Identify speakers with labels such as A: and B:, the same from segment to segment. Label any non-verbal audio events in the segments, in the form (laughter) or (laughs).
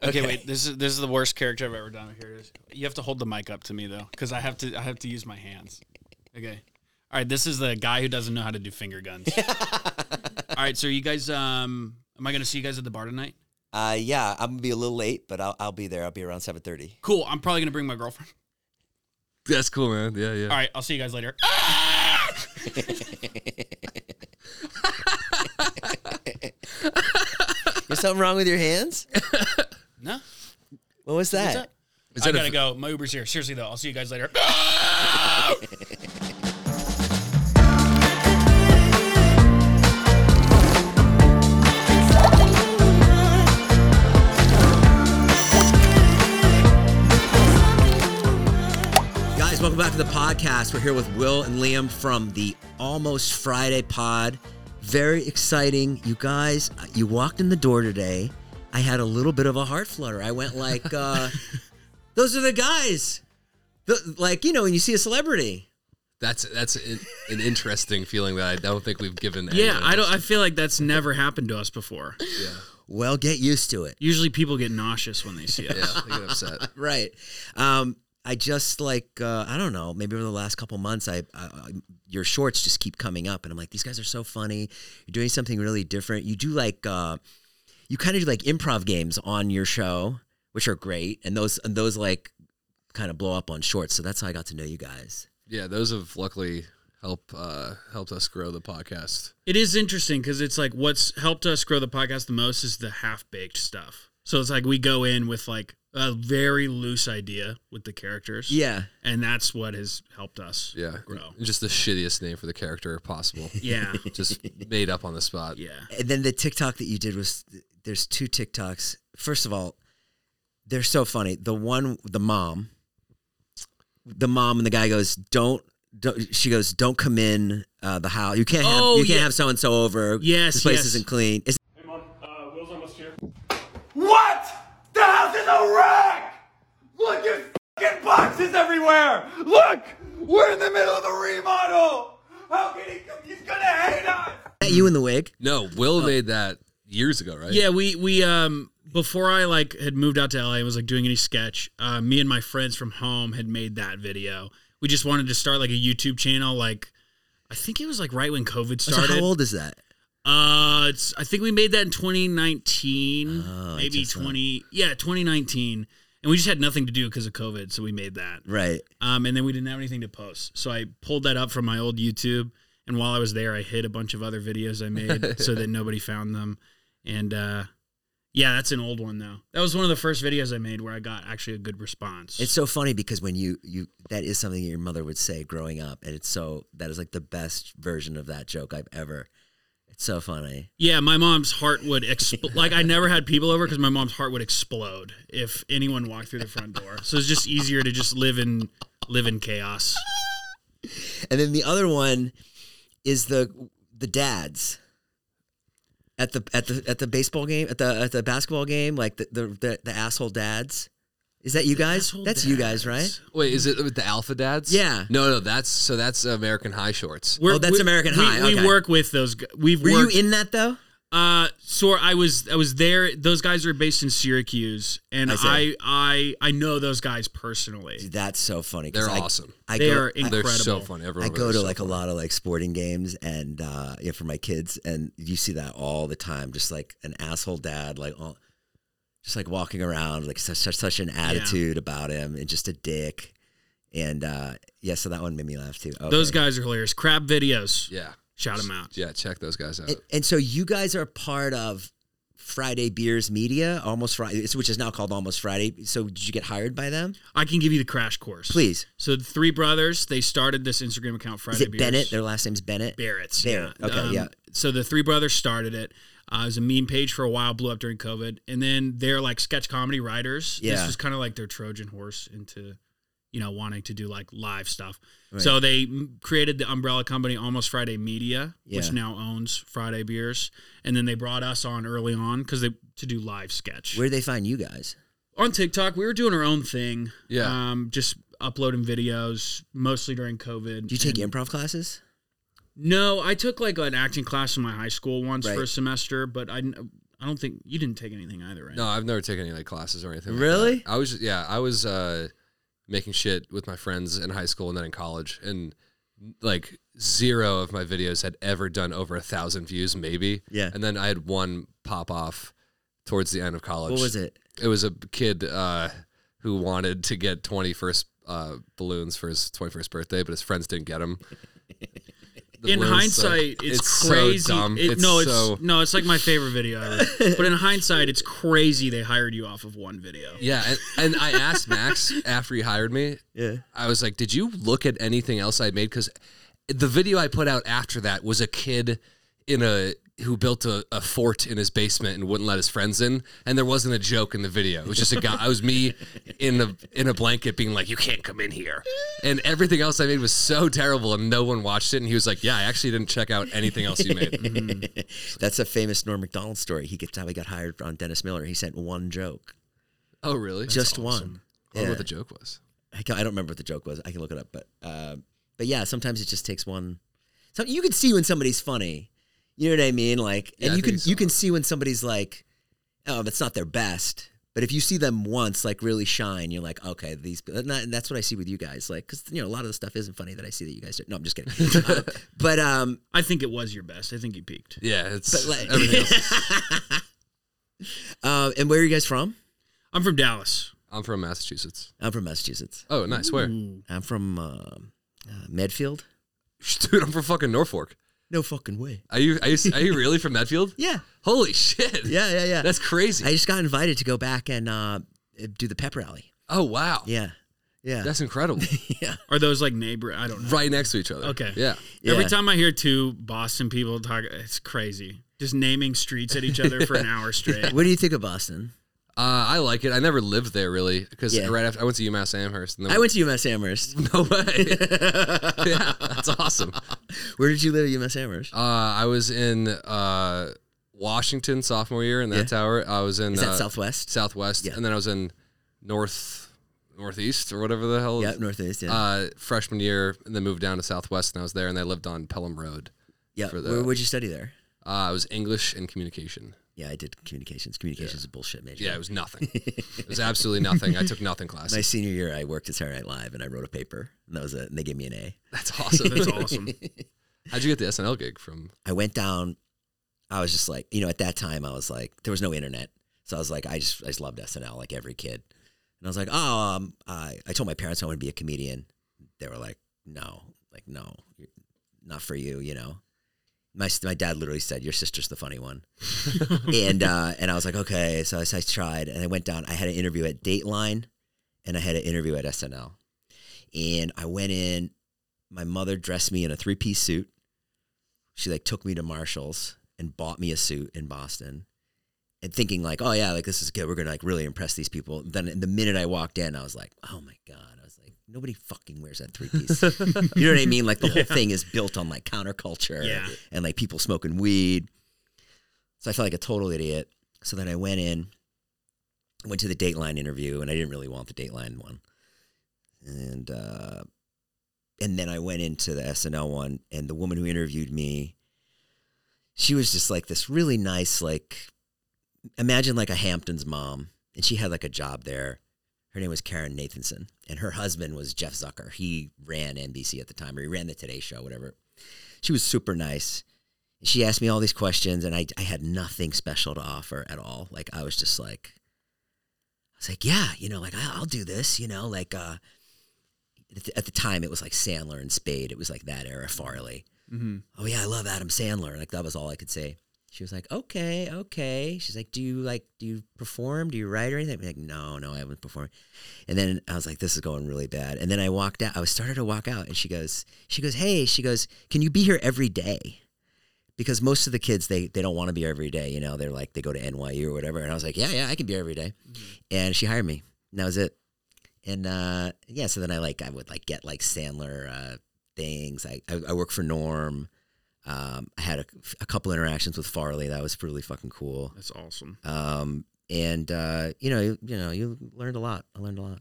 A: Okay, wait. This is this is the worst character I've ever done. Here it is. You have to hold the mic up to me though, because I have to I have to use my hands. Okay. All right. This is the guy who doesn't know how to do finger (laughs) guns. All right. So are you guys, um, am I going to see you guys at the bar tonight?
B: Uh, yeah, I'm gonna be a little late, but I'll, I'll be there. I'll be around seven thirty.
A: Cool. I'm probably going to bring my girlfriend.
C: That's cool, man. Yeah, yeah.
A: All right. I'll see you guys (gasps) later.
B: There's something wrong with your hands?
A: No.
B: What was that?
A: that?
C: Is
A: I
C: that a-
A: gotta go. My Uber's here. Seriously though, I'll see you guys later.
B: Guys, welcome back to the podcast. We're here with Will and Liam from the Almost Friday pod. Very exciting. You guys, uh, you walked in the door today. I had a little bit of a heart flutter. I went like, uh, (laughs) those are the guys. The- like, you know, when you see a celebrity.
C: That's that's an, an interesting feeling that I don't think we've given.
A: yeah,
C: anyone
A: I (laughs)
C: else.
A: don't. I feel like that's never happened to us before.
B: Well, get used to it.
A: Usually, people get nauseous when they see us.
C: Yeah, they get upset.
B: right. Um, I just like uh, I don't know. Maybe over the last couple months, I, I I- your shorts just keep coming up, and I'm like, these guys are so funny. You're doing something really different. You do like uh, you kind of do like improv games on your show, which are great, and those and those like kind of blow up on shorts. So that's how I got to know you guys.
C: Yeah, those have luckily helped uh, helped us grow the podcast.
A: It is interesting because it's like what's helped us grow the podcast the most is the half baked stuff. So it's like we go in with like a very loose idea with the characters.
B: Yeah,
A: And that's what has helped us
C: Yeah,
B: (laughs)
A: grow.
C: just the shittiest name for the character possible,
A: (laughs) Yeah.
C: just made up on the spot.
A: Yeah.
B: and then the TikTok that you did was there's two TikToks. First of all, they're so funny. The one, the mom, the mom and the guy goes, "Don't." don't she goes, "Don't come in uh, the house. You can't have
A: Oh,
B: you can't
A: yeah.
B: have so and so over.
A: Yes,
B: this place
A: yes.
B: isn't clean. It's,
D: Hey, Mom. Uh, Will's almost here.
E: What? The house is a wreck! Look at fucking boxes everywhere! Look! We're in the middle of the remodel! How can he come? He's gonna hate us!
B: that you in the wig?
C: No, Will made that years ago, right?
A: Oh. Yeah, we we um before I like had moved out to LA and was like doing any sketch, uh, me and my friends from home had made that video. We just wanted to start like a YouTube channel like I think it was like right when COVID
B: So
A: started.
B: how old is that?
A: Uh, it's, I think we made that in 2019,
B: Oh, I
A: maybe
B: just saw.
A: 20. Yeah, 2019. And we just had nothing to do because of COVID, so we made that.
B: Right.
A: Um, and then we didn't have anything to post, so I pulled that up from my old YouTube. And while I was there, I hid a bunch of other videos I
B: (laughs)
A: made so that nobody found them. And uh, yeah, that's an old one though. That was one of the first videos I made where I got actually a good response.
B: It's so funny because when you you that is something your mother would say growing up, and it's so that is like the best version of that joke I've ever. It's so funny.
A: Yeah, my mom's heart would explode. like I never had people over because my mom's heart would explode if anyone walked through the front door. So it's just easier to just live in live in chaos.
B: And then the other one is the the dads at the at the at the baseball game at the at the basketball game, like the the the, the asshole dads. Is that you guys?
A: asshole
B: That's you guys,
A: dads.
B: right?
C: Wait, is it with the Alpha Dads?
B: Yeah.
C: No, no, that's so that's American High Shorts.
A: We're-
B: Oh, that's
A: we-
B: American
A: we-
B: High,
A: We,
B: okay.
A: work with those. gu- We've
B: Were
A: worked.
B: you in that though?
A: uh, so I was I was there. Those guys are based in Syracuse, and
B: I see.
A: I I I know those guys personally.
B: Dude, that's so funny. 'cause
C: They're
B: I-
C: awesome.
B: I
A: They
B: go,
A: are
B: I-
C: They're so
A: incredible.
C: funny.
B: I
C: Everyone
B: go
C: over
B: to
C: there's so
B: like a lot of like sporting games and uh yeah for my kids and you see that all the time just like an asshole dad like all, just like walking around like such such, such an attitude about him and just a dick and uh yeah so that one made me laugh too okay.
A: Those guys are hilarious. Crab videos.
C: Yeah,
A: Shout them out.
C: yeah. Check those guys out.
B: and, and so you guys are part of Friday Beers Media almost Friday which is now called Almost Friday so did you get hired
A: (sighs)
B: by them
A: I can give you the crash course.
B: please
A: So the three brothers, they started this Instagram account Friday.
B: is it
A: Beers.
B: Bennett their last name's Bennett
A: Barrett's.
B: Barrett,
A: Yeah. Um,
B: okay, yeah.
A: So the three brothers started it. Uh, it was a meme page for a while, blew up during COVID, and then they're like sketch comedy writers.
B: Yeah.
A: This was kind of like their Trojan horse into, you know, wanting to do like live stuff. So they m- created the umbrella company Almost Friday Media,
B: Yeah.
A: which now owns Friday Beers, and then they brought us on early on because they to do live sketch
B: Where do they find you guys?
A: on TikTok. We were doing our own thing.
C: Yeah.
A: Um, just uploading videos mostly during COVID.
B: Do you take
A: And-
B: improv classes?
A: no, I took like an acting class in my high school once
B: Right.
A: for a semester, but I, didn't- I don't think you didn't take anything either, right?
C: No, I've never taken any like classes or anything. like
B: Really?
C: that. I was yeah, I was uh, making shit with my friends in high school and then in college, and like zero of my videos had ever done over a thousand views, maybe.
B: Yeah.
C: And then I had one pop off towards the end of college.
B: What was it?
C: It was a kid uh, who wanted to get twenty first uh, balloons for his twenty first birthday, but his friends didn't get
B: (laughs)
C: him. The
A: in
C: balloons suck.
A: hindsight, it's,
C: so
A: crazy.
C: dumb.
A: It- no, it's
C: so-
A: no, it's like my favorite video
C: (laughs)
A: ever. but in hindsight, it's crazy they hired you off of one video.
C: Yeah, and, and I asked Max after he hired me.
B: Yeah.
C: I was like, "Did you look at anything else I made?" Because the video I put out after that was a kid in a who built a, a fort in his basement and wouldn't let his friends in, and there wasn't a joke in the video. It was just a guy. I was me in a in a blanket being like, "You can't come in here," and everything else I made was so terrible, and no one watched it. And he was like, "Yeah, I actually didn't check out anything else you
B: (laughs)
C: made." (laughs)
B: Mm-hmm. That's a famous Norm Macdonald story. He gets how he got hired on Dennis Miller. He sent one joke,
C: oh, really?
B: just one.
C: I don't know
B: Yeah.
C: what the joke was.
B: I, can, I don't remember what the joke was. I can look it up, but uh, but yeah, sometimes it just takes one. So you can see when somebody's funny. You know what I mean? Like, and
C: Yeah, I
B: you
C: think
B: can
C: so.
B: you can see when somebody's like, oh, that's not their best. But if you see them once, like really shine, you're like, okay, these. And, that- and that's what I see with you guys, like, because you know a lot of the stuff isn't funny that I see that you guys do. No, I'm just
C: (laughs)
B: kidding. Uh, but um,
A: I think it was your best. I think you peaked.
C: Yeah, it's
B: but like, (laughs)
C: everything else.
B: uh, and where are you guys from?
A: I'm from Dallas.
C: I'm from Massachusetts.
B: I'm from Massachusetts.
C: Oh, nice. Where?
B: I'm from um uh, Medfield.
C: Dude, I'm from fucking Norfolk.
B: No fucking way.
C: Are you are you, are you really from Medfield?
B: (laughs) Yeah,
C: Holy shit.
B: yeah, yeah, yeah.
C: That's crazy.
B: I just got invited to go back and uh, do the pep rally.
C: oh wow.
B: Yeah, yeah, (laughs)
C: That's incredible.
B: yeah.
A: Are those like neighbor? I don't know.
C: right next to each other.
A: Okay.
C: Yeah.
A: Every
B: Yeah.
A: time I hear two Boston people talk, it's crazy. Just naming streets at each other for an hour
C: (laughs)
A: straight.
B: What do you think of Boston?
C: Uh, I like it. I never lived there really because
B: Yeah.
C: right after I went to UMass Amherst and then
B: I went to UMass Amherst.
C: (laughs) no way. (laughs) yeah, that's awesome.
B: (laughs) Where did you live at UMass Amherst?
C: Uh, I was in uh, Washington sophomore year in that
B: Yeah.
C: tower. I was in
B: Is that
C: uh,
B: Southwest?
C: Southwest,
B: Yeah.
C: and then I was in North Northeast or whatever the hell.
B: yeah, Northeast. Yeah,
C: Uh, freshman year, and then moved down to Southwest, and I was there, and I lived on Pelham Road.
B: yeah.
C: for the-
B: Where would you study there?
C: Uh, I was English and communication.
B: Yeah, I did communications. Communications is a bullshit major.
C: Yeah, it
B: (laughs)
C: was nothing. it was absolutely nothing. I took nothing classes.
B: my senior year, I worked at Saturday Night Live and I wrote a paper, and that was it. And they gave me an A.
C: That's awesome.
A: That's awesome.
C: (laughs) How'd you get the SNL gig from?
B: I went down. I was just like, you know, at that time, I was like, there was no internet, so I was like, I just, I just loved SNL like every kid, and I was like, oh, um, I, I told my parents I want to be a comedian. They were like, no, like no, you're- not for you, you know. My s- my dad literally said, your sister's the funny one, and uh, and I was like, okay, so I, so I tried, and I went down. I had an interview at Dateline, and I had an interview at SNL, and I went in. My mother dressed me in a three piece suit she like took me to Marshalls and bought me a suit in Boston and thinking like, oh yeah, like this is good. We're gonna like really impress these people. Then the minute I walked in, I was like, oh my God. I was like, nobody fucking wears that three piece. you know what I mean? Like the whole thing is built on like counterculture
A: Yeah.
B: and like people smoking weed. So I felt like a total idiot. So then I went in, went to the Dateline interview, and I didn't really want the Dateline one. And uh and then I went into the SNL one, and the woman who interviewed me, she was just like this really nice, like imagine like a Hamptons mom, and she had like a job there. Her name was Karen Nathanson, and her husband was Jeff Zucker. He ran NBC at the time, or he ran the Today Show, whatever. She was super nice. She asked me all these questions, and I, I had nothing special to offer at all. Like I was just like, I was like, yeah, you know, like I, I'll do this, you know, like uh, at the- at the time it was like Sandler and Spade. It was like that era, Farley. Oh yeah, I love Adam Sandler. Like that was all I could say. She was like, okay, okay. She's like, do you like, do you perform? Do you write or anything? I'm like, no, no, I haven't performed. And then I was like, this is going really bad. And then I walked out. I was started to walk out, and she goes, she goes, hey, she goes, can you be here every day? because most of the kids they they don't want to be here every day. You know, they're like they go to NYU or whatever. And I was like, yeah, yeah, I can be here every day. And she hired me, and that was it. And uh, yeah, so then I like I would like get like Sandler uh, things. I I, I work for Norm. Um, I had a, a couple interactions with Farley. That was really fucking cool.
A: That's awesome.
B: Um, and uh, you know, you, you know, you learned a lot. I learned a lot.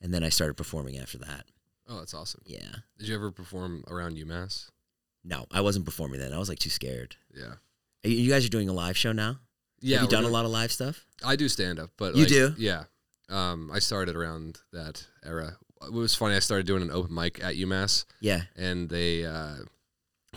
B: And then I started performing after that.
C: Oh, that's awesome.
B: Yeah.
C: Did you ever perform around UMass?
B: No, I wasn't performing then. I was like too scared.
C: Yeah.
B: Are You you guys are doing a live show now.
C: Yeah.
B: Have you
C: we're
B: done a
C: doing-
B: lot of live stuff?
C: I do stand up, but
B: You
C: like,
B: do?
C: Yeah. Um, I started around that era. It was funny. I started doing an open mic at UMass,
B: Yeah.
C: and they, uh, (laughs)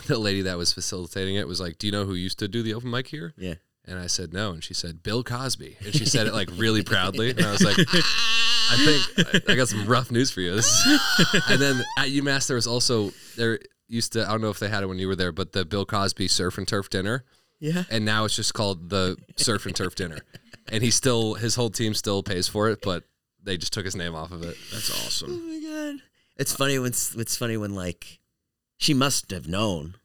C: the lady that was facilitating it was like, "Do you know who used to do the open mic here?"
B: Yeah.
C: And I said no, and she said Bill Cosby, and she said it like really proudly, and I
A: (laughs)
C: was like, I think I, I got some rough news for you. This is- (laughs) and then at UMass there was also there used to I don't know if they had it when you were there, but the Bill Cosby surf and turf dinner,
B: Yeah.
C: and now it's just called the surf and turf dinner, and he still his whole team still pays for it, but they just took his name off of it.
A: That's
B: Oh
A: awesome.
B: my god. It's funny when it's it's funny when like she must have known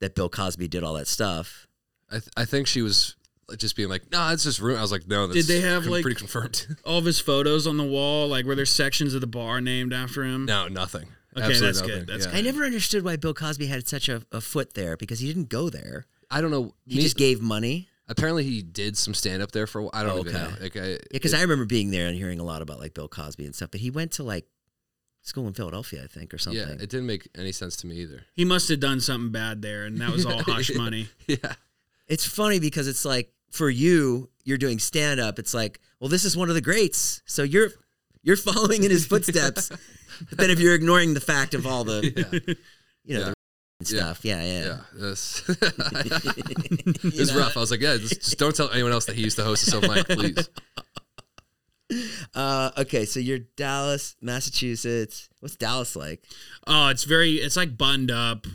B: that Bill Cosby did all that stuff.
C: I th- I think she was just being like, no, it's just ruined. I was like, no,
A: Did
C: that's
A: they have,
C: con-
A: like-
C: pretty confirmed? (laughs)
A: All of his photos on the wall, like were there sections of the bar named after him?
C: no, nothing.
A: Okay,
C: Absolutely
A: that's
C: nothing.
A: good. That's
C: yeah.
B: I never understood why Bill Cosby had such a, a foot there because he didn't go there.
C: I don't know.
B: He
C: Me-
B: just gave money.
C: apparently he did some stand up there for. a while. I don't
B: Oh,
C: even
B: okay.
C: know. Like, I,
B: Yeah, because I remember being there and hearing a lot about like Bill Cosby and stuff. But he went to like school in Philadelphia, I think, or something.
C: Yeah, it didn't make any sense to me either. (laughs)
A: He must have done something bad there, and that was
B: (laughs)
A: all hush money.
C: Yeah.
B: it's funny because it's like for you, you're doing stand up. It's like, well, this is one of the greats, so you're you're (laughs) following in his footsteps. but then if you're ignoring the fact of all the you know
C: (laughs) Yeah.
B: the
C: Yeah.
B: stuff, yeah, yeah.
C: Yeah. This (laughs) it was rough. I was like, yeah, just, just don't tell anyone else that he used to host his own mic, please.
B: Uh, okay, so you're Dallas, Massachusetts. What's Dallas like?
A: Oh, it's very, it's like bunned up,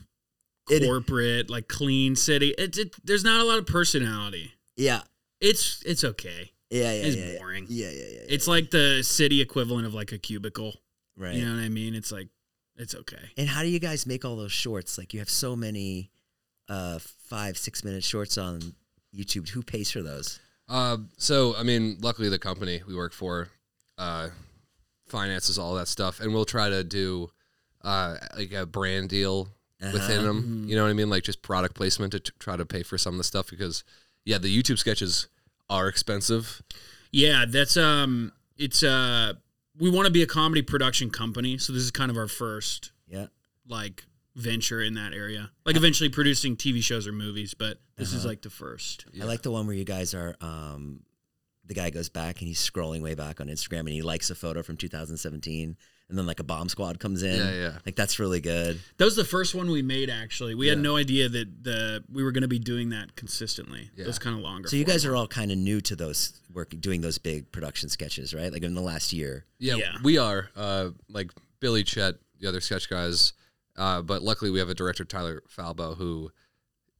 B: It-
A: corporate, like clean city. It's it, there's not a lot of personality.
B: Yeah,
A: It's it's okay.
B: yeah, yeah.
A: It's
B: yeah, yeah.
A: boring.
B: Yeah, yeah, yeah.
A: It's like the city equivalent of like a cubicle.
B: right.
A: You know what I mean? It's like it's okay.
B: And how do you guys make all those shorts? Like you have so many uh five, six minute shorts on YouTube. Who pays for those?
C: Um, so, I mean, luckily the company we work for uh, finances all that stuff, and we'll try to do uh, like a brand deal within
B: Uh-huh.
C: them. You know what I mean? Like just product placement to t- try to pay for some of the stuff because, yeah, the YouTube sketches are expensive.
A: Yeah, that's um it's uh we want to be a comedy production company, so this is kind of our first
B: Yeah.
A: like venture in that area. Like eventually producing TV shows or movies, but this
B: Uh-huh.
A: is like the first.
B: I like the one where you guys are um the guy goes back and he's scrolling way back on Instagram and he likes a photo from 2017 and then like a bomb squad comes in.
C: Yeah, yeah.
B: Like that's really good.
A: That was the first one we made actually. We had no idea that the we were going to be doing that consistently. It was kind of longer.
B: So you guys are all kind of new to those work doing those big production sketches, right? Like in the last year.
C: Yeah,
A: Yeah.
C: we are. Uh, like Billy Chet, the other sketch guys. Uh, but luckily, we have a director, Tyler Falbo, who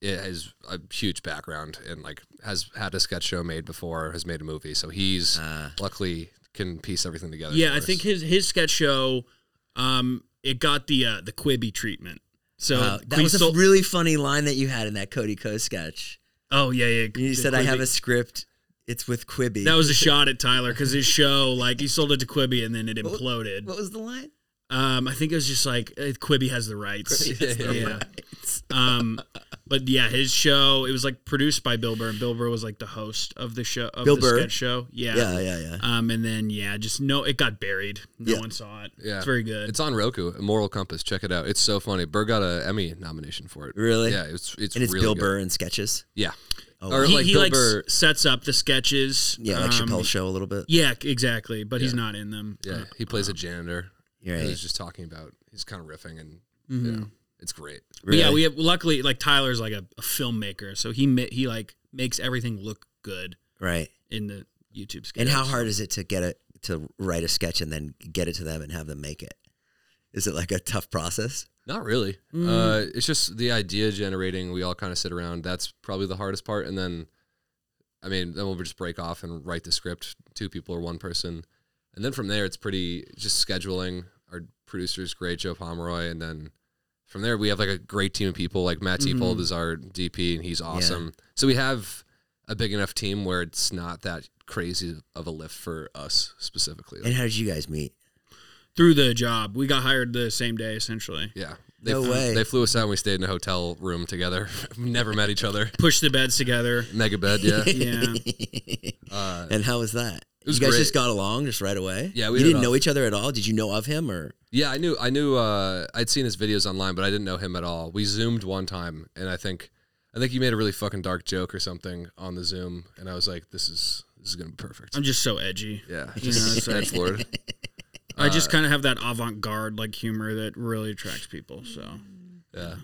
C: i- has a huge background and like has had a sketch show made before, has made a movie. So he's luckily can piece everything together.
A: Uh. Yeah,
C: for
A: I
C: us.
A: think his his sketch show um it got the uh, the Quibi treatment. So
B: Uh, that was a
A: Queasel-
B: really funny line that you had in that Cody Co sketch.
A: Oh yeah, yeah.
B: You
A: the
B: said I have
A: Quibi.
B: a script. It's with Quibi.
A: That was a shot at Tyler because his show, like, he sold it to Quibi and then it imploded.
B: what was the line?
A: Um, I think it was just like eh, Quibi has the rights. (laughs) (laughs) yeah.
B: It's-
A: Um, but yeah, his show it was like produced by Bill Burr. and Bill Burr was like the host of the show of
B: Bill
A: the
B: Burr.
A: sketch show. Yeah.
B: Yeah, yeah, yeah.
A: Um, and then yeah, just no, it got buried. No
B: Yeah.
A: one saw it.
C: Yeah.
A: it's very good.
C: It's on Roku. Moral Compass. Check it out. It's so funny. Burr got a Emmy nomination for it.
B: Really?
C: Yeah. It's it's
B: and it's
C: really
B: Bill
C: good.
B: Burr and sketches.
C: Yeah.
B: Oh,
C: or
A: he
C: like
A: he
C: Bill
A: like s-
C: Burr.
A: sets up the sketches.
B: Yeah, like
A: um,
B: Chappelle's show a little bit.
A: Yeah, exactly. But he's
C: Yeah.
A: not in them. Uh,
C: Yeah, he plays a janitor.
B: You're right.
C: He's just talking about. He's kind of riffing and you
A: Mm-hmm.
C: know, it's great.
A: But yeah,
B: Really?
A: we have luckily like Tyler's like a, a filmmaker, so he ma- he like makes everything look good
B: right.
A: in the YouTube sketch.
B: And how hard is it to get it to write a sketch and then get it to them and have them make it? Is it like a tough process?
C: Not really. Uh, it's just the idea generating. We all kind of sit around. That's probably the hardest part. And then, I mean, then we'll just break off and write the script, two people or one person. And then from there, it's pretty just scheduling. Our producer's great, Joe Pomeroy. And then From there, we have like a great team of people. Like Matt Teepold is our DP, and he's awesome. So we have a big enough team where it's not that crazy of a lift for us specifically. Like,
B: And how did you guys meet?
A: Through the job, we got hired the same day essentially.
C: yeah, they
B: No
C: flew,
B: way.
C: They flew us out. and We stayed in a hotel room together. (laughs) We Never met each other.
A: Pushed the beds
B: (laughs)
A: together.
C: Mega bed, yeah.
A: Yeah.
C: Uh,
B: And how was that?
C: was
B: you guys
C: great.
B: just got along just right away?
C: Yeah,
B: You
C: we hit it
B: didn't know
C: off.
B: each other at all? Did you know of him or
C: Yeah, I knew I knew uh, I'd seen his videos online, but I didn't know him at all. We zoomed one time, and I think I think you made a really fucking dark joke or something on the Zoom, and I was like, "This is this is gonna be perfect."
A: I'm just so edgy. (laughs)
B: (laughs)
C: yeah,
A: You know, it's
C: just
A: like-
C: edge lord.
A: I just kind of have that avant garde like humor that really attracts people. So
C: Yeah,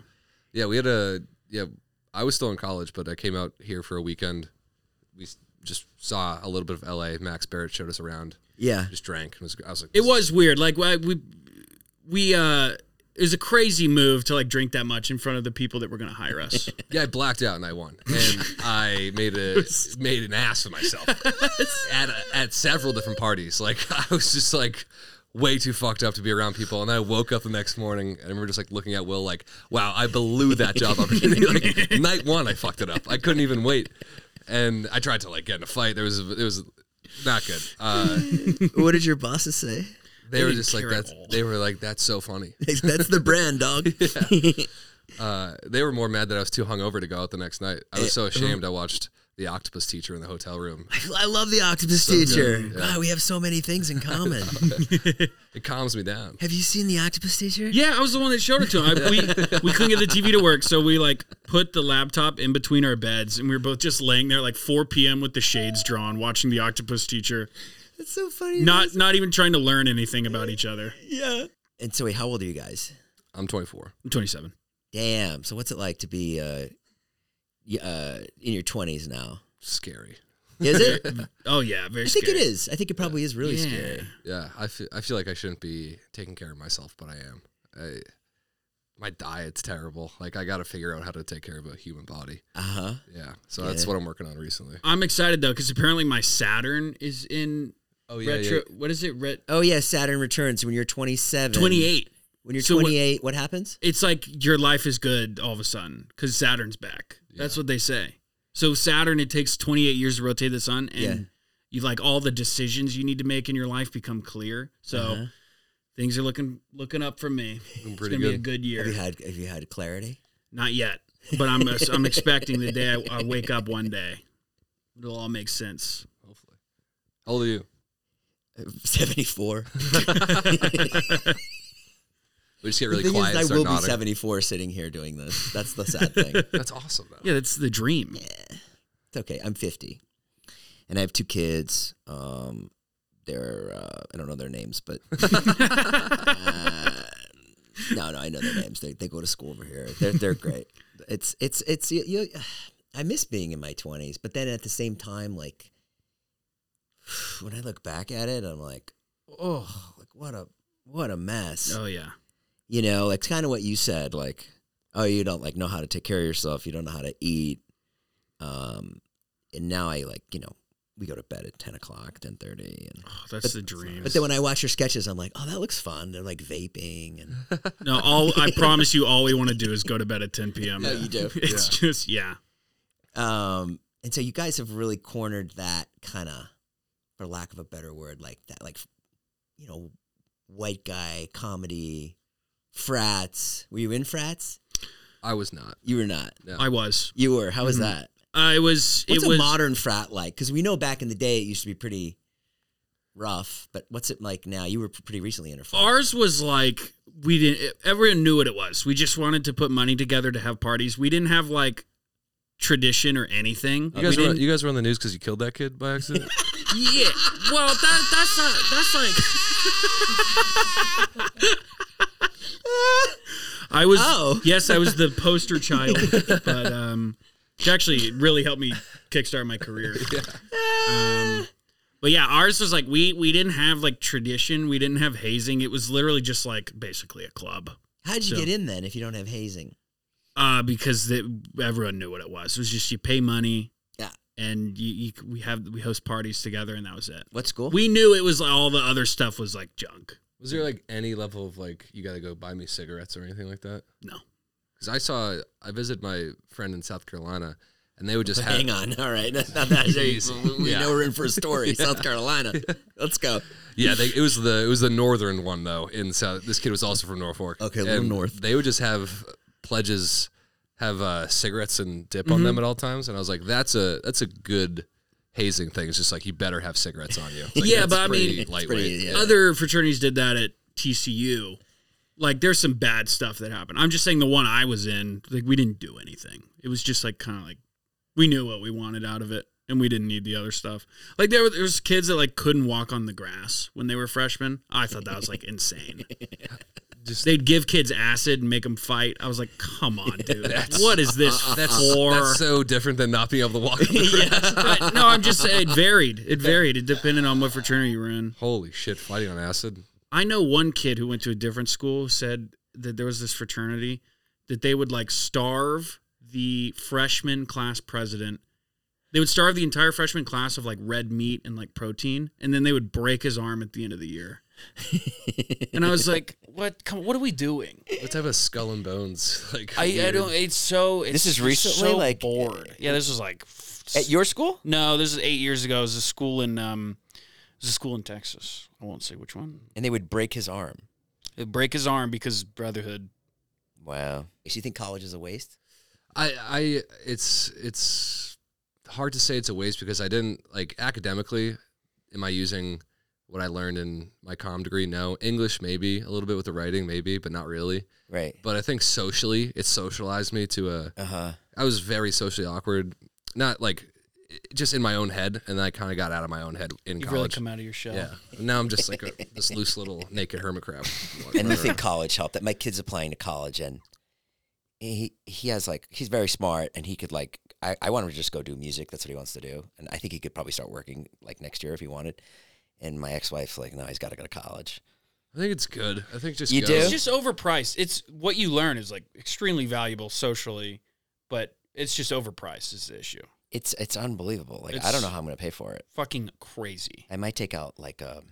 C: yeah. We had a yeah. I was still in college, but I came out here for a weekend. We s- just saw a little bit of L.A. Max Barrett showed us around.
B: Yeah.
C: Just drank and was I was like,
A: it was weird. Like I- we we uh it was a crazy move to like drink that much in front of the people that were going to hire us.
C: Yeah, I blacked out and I won, and I made a made an ass of myself at a, at several different parties. Like (laughs) I was just like way too fucked up to be around people, and then I woke up the next morning and I remember just like looking at Will like, "Wow, I blew that job opportunity." (laughs) like night one, I fucked it up. I couldn't even wait, and I tried to like get in a fight. There was it was not good. Uh,
B: (laughs) what did your bosses
C: (laughs)
B: say?
C: they, were just like
A: care at
C: that.
A: all.
C: They were like, "That's so funny."
B: That's the brand, dog.
C: Uh, they were more mad that I was too hungover to go out the next night. I was so ashamed. I watched the Octopus Teacher in the hotel room.
B: (laughs) I love the octopus
C: good.
B: teacher.
C: Yeah.
B: God, we have so many things in
C: (laughs)
B: common.
C: It calms me down.
B: have you seen the octopus teacher?
A: yeah, I was the one that showed it to him. I, we we couldn't get the TV to work, so we like put the laptop in between our beds, and we were both just laying there like 4 p.m. with the shades drawn, watching the Octopus Teacher,
B: That's so funny.
A: not not even trying to learn anything about each other.
B: Yeah. And so, wait, how old are you guys?
C: I'm 24.
A: I'm 27.
B: Damn. So, what's it like to be uh, y- uh, in your 20s now?
C: Scary.
B: Is it? I
A: Oh yeah, (laughs) very.
B: think
A: scary.
B: it is. I think it probably is really
A: Yeah.
B: scary.
C: Yeah, I feel, I feel like I shouldn't be taking care of myself, but I am. I, my diet's terrible. Like I got to figure out how to take care of a human body.
B: Uh huh.
C: Yeah, so that's
B: Yeah.
C: what I'm working on recently.
A: I'm excited though because apparently my Saturn is in
C: Oh
A: retro. What is it? Ret-
B: Oh, yeah. Saturn returns when you're 27.
A: 28.
B: When you're
A: So what-
B: 28, what happens?
A: It's like your life is good all of a sudden because Saturn's back. That's what they say. So Saturn, it takes 28 years to rotate the sun, and
B: Yeah.
A: you like all the decisions you need to make in your life become clear. So
B: Uh-huh.
A: things are looking looking up for me.
C: Doing
A: It's
C: pretty
A: gonna be a
C: good.
A: good
B: Have you
A: year.
B: had Have you had clarity? (laughs)
A: Not yet, but I'm uh, I'm expecting the day I, I wake up one day. It'll all make sense.
C: Hopefully. How old are you?
B: 74.
C: We just get
B: The
C: really
B: thing
C: quiet. and
B: is, I
C: start
B: will be
C: nodding.
B: 74 sitting here doing this. That's the sad thing. It's
C: (laughs) That's awesome. Though.
A: Yeah, that's the dream.
B: okay. I'm 50, and I have two kids. Um, they're uh, I don't know their names, but uh, no, no, I know their names. They they go to school over here. They're they're great. It's it's it's you, (sighs) you, I miss being in my 20s, but then at the same time, like (sighs) when I look back at it, I'm like, oh, like what a what a mess.
A: Oh yeah.
B: you know, like kind of what you said, like, oh, you don't like know how to take care of yourself, you don't know how to eat, um, and now I like, you know, we go to bed at ten o'clock, ten thirty, and
A: Oh, that's
B: But-
A: the dream.
B: but then when I watch your sketches, I'm like, oh, that looks fun. They're like vaping, and
A: No, all I promise you, all we want to do is go to bed at 10 p.m.
B: Yeah, you do.
A: (laughs) It's just yeah.
B: um, and so you guys have really cornered that kind of, for lack of a better word, like that, like, you know, white guy comedy, frats. Were you in frats?
C: I was not.
B: You were not.
A: I was.
B: You were. How was
A: Mhm.
B: that?
A: I was.
B: What's
A: it was
B: a modern frat like? Because we know back in the day it used to be pretty rough, but what's it like now? You were p- pretty recently in a frat.
A: ours was like we didn't. Everyone knew what it was. We just wanted to put money together to have parties. We didn't have like tradition or
B: Uh,
A: anything.
C: You guys,
A: We
C: were,
A: didn't-
C: you guys were on the news because you killed that kid by accident.
B: (laughs)
A: yeah. Well, that that's not. That's like. I was.
B: Oh.
A: Yes, I was the poster child, but um, which actually really helped me kickstart my career. Um, but yeah, ours was like we we didn't have like tradition. We didn't have hazing. It was literally just like basically a club.
B: How'd you
A: so-
B: get in then if you don't have hazing?
A: Uh, because the, everyone knew what it was. It was just you pay money.
B: Yeah.
A: And you, you, we have we host parties together, and that was it.
B: (laughs) What school?
A: We knew it was all the other stuff was like junk.
C: Was there like any level of like you got to go buy me cigarettes or anything like that?
A: No.
C: Because I saw I visited my friend in South Carolina, and they would just have,
F: Hang on. All
B: (laughs)
F: right. That's not that.
A: (laughs)
C: Jeez.
F: We
C: Yeah.
F: know we're in for a story. South Carolina. Let's go.
C: Yeah, they, it was the it was the northern one though. In South, this kid was also from Norfolk.
F: Okay, a little
C: And
F: north.
C: They would just have pledges, have uh, cigarettes and dip on
A: Mm-hmm.
C: them at all times, and I was like, that's a that's a good hazing thing. It's just like you better have cigarettes on
F: (laughs)
C: you. It's like,
A: Yeah,
C: that's
A: but I
C: pretty
A: mean- It's
C: lightweight.
F: pretty- yeah.
A: Other fraternities did that at TCU. Like there's some bad stuff that happened. I'm just saying the one I was in, like we didn't do anything. It was just like kind of like we knew what we wanted out of it and we didn't need the other stuff. Like there, were, there was kids that like couldn't walk on the grass when they were freshmen. I thought that was like insane. Just, They'd give kids acid and make them fight. I was like, "Come on, dude! What is this
C: That's
A: for?"
C: that's so different than not being able to walk.
A: (laughs)
C: on the ground.
A: But, no, I'm just saying it varied. It varied. It depended on what fraternity you were in.
C: Holy shit, fighting on acid.
A: I know one kid who went to a different school who said that there was this fraternity that they would like starve the freshman class president. They would starve the entire freshman class of like red meat and like protein, and then they would break his arm at the end of the
B: (laughs)
A: year. and I was like, "What? Come, what are we doing?"
C: Let's have a skull and bones. (laughs) Like
A: I, I
C: weird-
A: don't. It's so. It's
B: This is
A: just
B: recently,
A: so
B: like-
A: bored. Yeah, this was like
B: At your school?
A: no. This is eight years ago. It was a school in um, it was a school in Texas. I won't say which one.
B: And they would break his arm.
A: It break his arm because brotherhood
B: Wow.
F: So you think college is a waste?
C: I, I, it's, it's hard to say it's a waste because I didn't like academically. Am I using what I learned in my comm degree? No, English maybe a little bit with the writing, maybe, but not really.
B: Right.
C: But I think socially, it socialized me to a.
B: Uh huh.
C: I was very socially awkward, not like just in my own head, and then I kind of got out of my own head in
A: You've really
C: college.
A: come out of your shell.
C: yeah, now I'm just like a, this loose little naked hermit crab.
B: And you think college helped? That my kid's applying to college, and he he has like he's very smart, and he could like I, I want him to just go do music. That's what he wants to do, and I think he could probably start working like next year if he wanted. And my ex wife's like, no, he's got to go to college.
C: I think it's good. I think just
B: You
C: go.
B: do?
A: It's just overpriced. It's what you learn is like extremely valuable socially, but it's just overpriced is the issue.
B: It's it's unbelievable. Like I
A: It's-
B: don't know how I'm going to pay for it.
A: Fucking crazy.
B: I might take out like a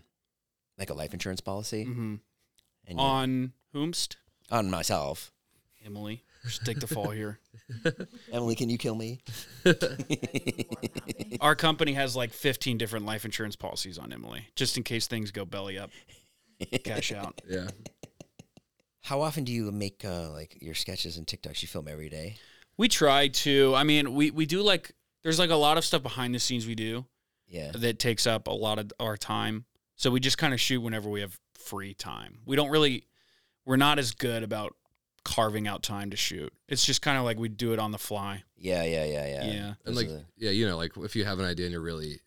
B: like a life insurance policy
A: hmm
B: and
A: On whomst?
B: on myself.
A: Emily. Just take the fall
C: (laughs)
A: here.
B: Emily, can you kill me?
A: Our company has like 15 different life insurance policies on Emily, just in case things go belly up, cash out.
C: Yeah.
B: How often do you make uh, like your sketches and TikToks? You film every day.
A: We try to. I mean, we, we do like, there's like a lot of stuff behind the scenes we do
B: Yeah.
A: that takes up a lot of our time. So we just kind of shoot whenever we have free time. We don't really, we're not as good about carving out time to shoot. It's just kind of like we do it on the fly.
B: Yeah, yeah, yeah, yeah.
A: Yeah.
C: and
B: Those
C: like
B: are
C: yeah you know like if you have an idea and you're really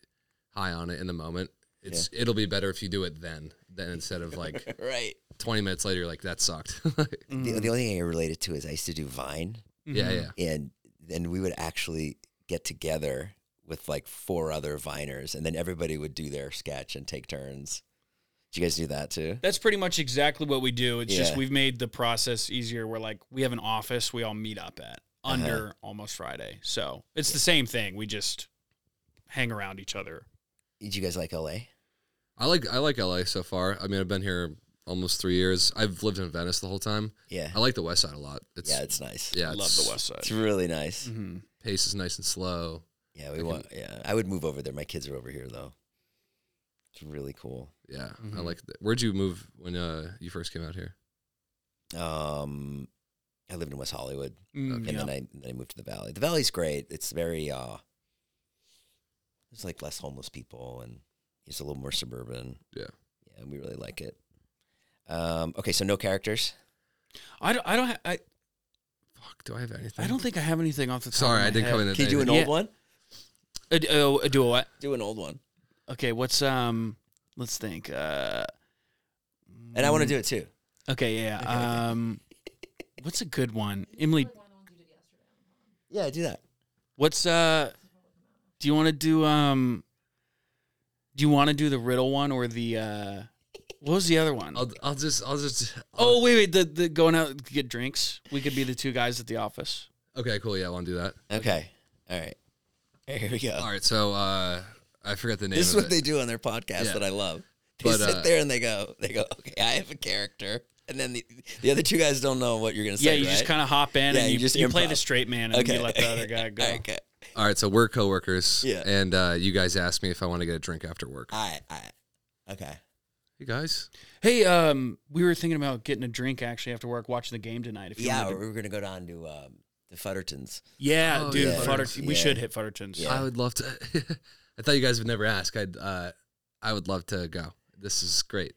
C: high on it in the moment it's it'll be better if you do it then than instead of
B: (laughs)
C: like
B: the- right.
C: 20 minutes later you're like that sucked (laughs) Hmm.
B: The, the only thing I related to is I used to do Vine,
C: yeah
A: Mm-hmm.
C: yeah
B: and then we would actually get together with like four other Viners, and then everybody would do their sketch and take turns. Did you guys do that too?
A: That's pretty much exactly what we do. It's just
B: Yeah.
A: we've made the process easier. We're like, we have an office we all meet up at under almost Friday. So it's the same thing. We just hang around each other.
B: Did you guys like LA?
C: i like i like la so far i mean i've been here almost three years i've lived in venice the whole time
B: Yeah,
C: i like the west side a lot Oh, it's
B: yeah,
C: yeah,
B: it's nice.
A: Love
C: it's, Mm.
A: the West Side.
B: It's really nice.
A: Mhm.
C: pace is nice and slow
B: Yeah, we want. Yeah, I would move over there. My kids are over here though. It's really cool.
C: yeah i like the, where'd you move when uh you first came out here
B: Um, I lived in West Hollywood,
A: Mm,
B: and
A: yeah.
B: then I then I moved to the Valley. The Valley's great. It's very uh, there's like less homeless people, and it's a little more suburban.
C: yeah
B: Yeah, and we really like it. Um, okay, so no characters.
A: I don't, I don't, ha- I,
C: fuck do i have anything
A: I don't think I have anything off the top
C: sorry
A: of my
C: i didn't come in
A: head.
C: with
B: Can you do an
C: anything.
B: old
A: Yeah.
B: one?
A: Uh, d- oh, uh, do a what?
B: Do an old one.
A: Okay, what's um? Let's think. Uh,
B: And I want to do it too.
A: okay, yeah. Um, what's a good one, Emily?
B: Yeah, do that.
A: What's uh? Do you want to do um? Do you want to do the riddle one or the uh? What was the other one?
C: I'll, I'll just i'll just
A: oh wait, wait. The the going out to get drinks. We could be the two guys at the office.
C: okay cool yeah i want to do that
B: Okay. All right. Here we go.
C: all right so uh i forgot the name
B: This is
C: of
B: what
C: it.
B: they do on their podcast
C: Yeah.
B: that I love. They
C: But,
B: sit
C: uh,
B: there and they go, they go, okay, I have a character, and then the, the other two guys don't know what you're gonna say.
A: yeah, you just
B: right?
A: kind of hop in
B: Yeah,
A: and
B: you
A: you,
B: just
A: you play
B: improv.
A: the straight man and
B: okay.
A: you let the other
B: (laughs)
A: guy go.
B: okay,
C: All right, so we're coworkers.
B: Yeah. Uh,
C: And uh, you guys asked me if I want to get a drink after work.
B: I, I, okay.
C: You guys?
A: Hey, um, we were thinking about getting a drink actually after work, watching the game tonight. If you
B: Yeah,
A: wanted
B: we
A: to-
B: were gonna go down to um, the Futtertons.
A: yeah,
C: Oh,
A: dude,
C: yeah.
A: Futter- we
B: Yeah.
A: should hit Futterton's.
B: Yeah.
C: I would love to. (laughs) I thought you guys would never ask. I'd. Uh, I would love to go. This is great.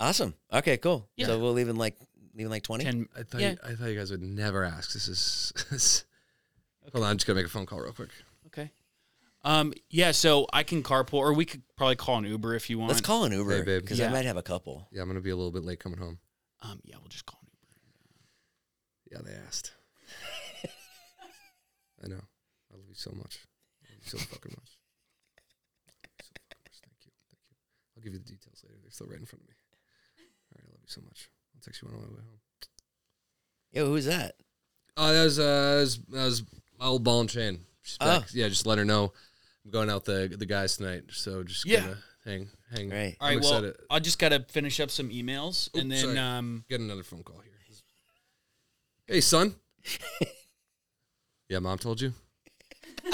B: Awesome. Okay, cool.
A: Yeah.
B: So we'll leave in like leave in like twenty.
A: Ten,
C: I thought.
A: Yeah.
C: You, I thought you guys would never ask. This is. (laughs) this- Hold on, I'm just gonna make a phone call real quick.
A: okay. Um, yeah, so I can carpool, or we could probably call an Uber if you want.
B: Let's call an Uber
C: Hey, babe.
B: because I
A: Yeah.
B: might have a couple.
C: Yeah, I'm gonna be a little bit late coming home.
A: Um, yeah, we'll just call an Uber.
C: Yeah, they
B: (laughs)
C: asked. I know. I love you so much. I love you so fucking much. So fucking much. Thank you. Thank you. I'll give you the details later. They're still right in front of me. All right, I love you so much. I'll text you on my way home.
B: Yo, who's that?
C: Oh, that was uh, that was, that was my old ball and chain. She's back.
B: Oh.
C: Yeah, just let her know I'm going out the the guys tonight. So just
A: Yeah.
C: gonna hang hang.
B: Right.
A: All
C: I'm
A: right, well,
C: excited.
A: I just got to finish up some emails and
C: Oops,
A: then,
C: sorry.
A: um,
C: Get another phone call here. Hey, son. yeah, mom told you. (laughs)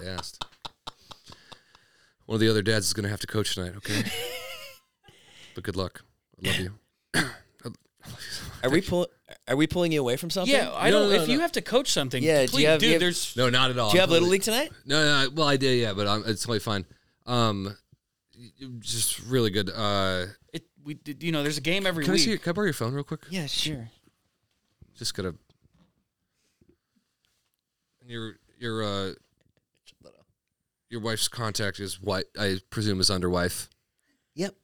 C: they asked. One of the other dads is going to have to coach tonight. Okay. but good luck. I love you.
B: Are we pull? Are we pulling you away from something?
A: yeah, I
C: No,
A: don't,
C: no, no,
A: if
C: no.
A: you have to coach something,
B: Yeah, do you
A: please,
B: have-
A: dude,
B: you have-
A: there's,
C: No, not at all.
B: Do you have
C: I'm
B: Little
C: totally-
B: League tonight?
C: No, no, I- well, I did, yeah, but I'm, it's totally fine. Um, y- y- just really good. Uh,
A: it, we, did- you know, there's a game every
C: can I
A: week.
C: see? Your, can I borrow your phone real quick?
B: Yeah, sure.
C: Just gotta. And your your uh your wife's contact is what I presume is under wife.
B: Yep.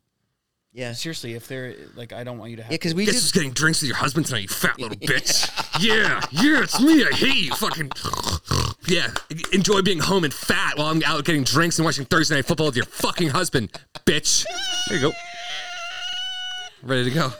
B: Yeah.
A: Seriously, if they're like, I don't want you to have.
B: Yeah, because we
C: Guess
B: did.
C: who's getting drinks with your husband tonight, you fat little (laughs) bitch? yeah, yeah, it's me. I hate you, fucking. Yeah, enjoy being home and fat while I'm out getting drinks and watching Thursday night football with your fucking husband, bitch. There you go. Ready to go.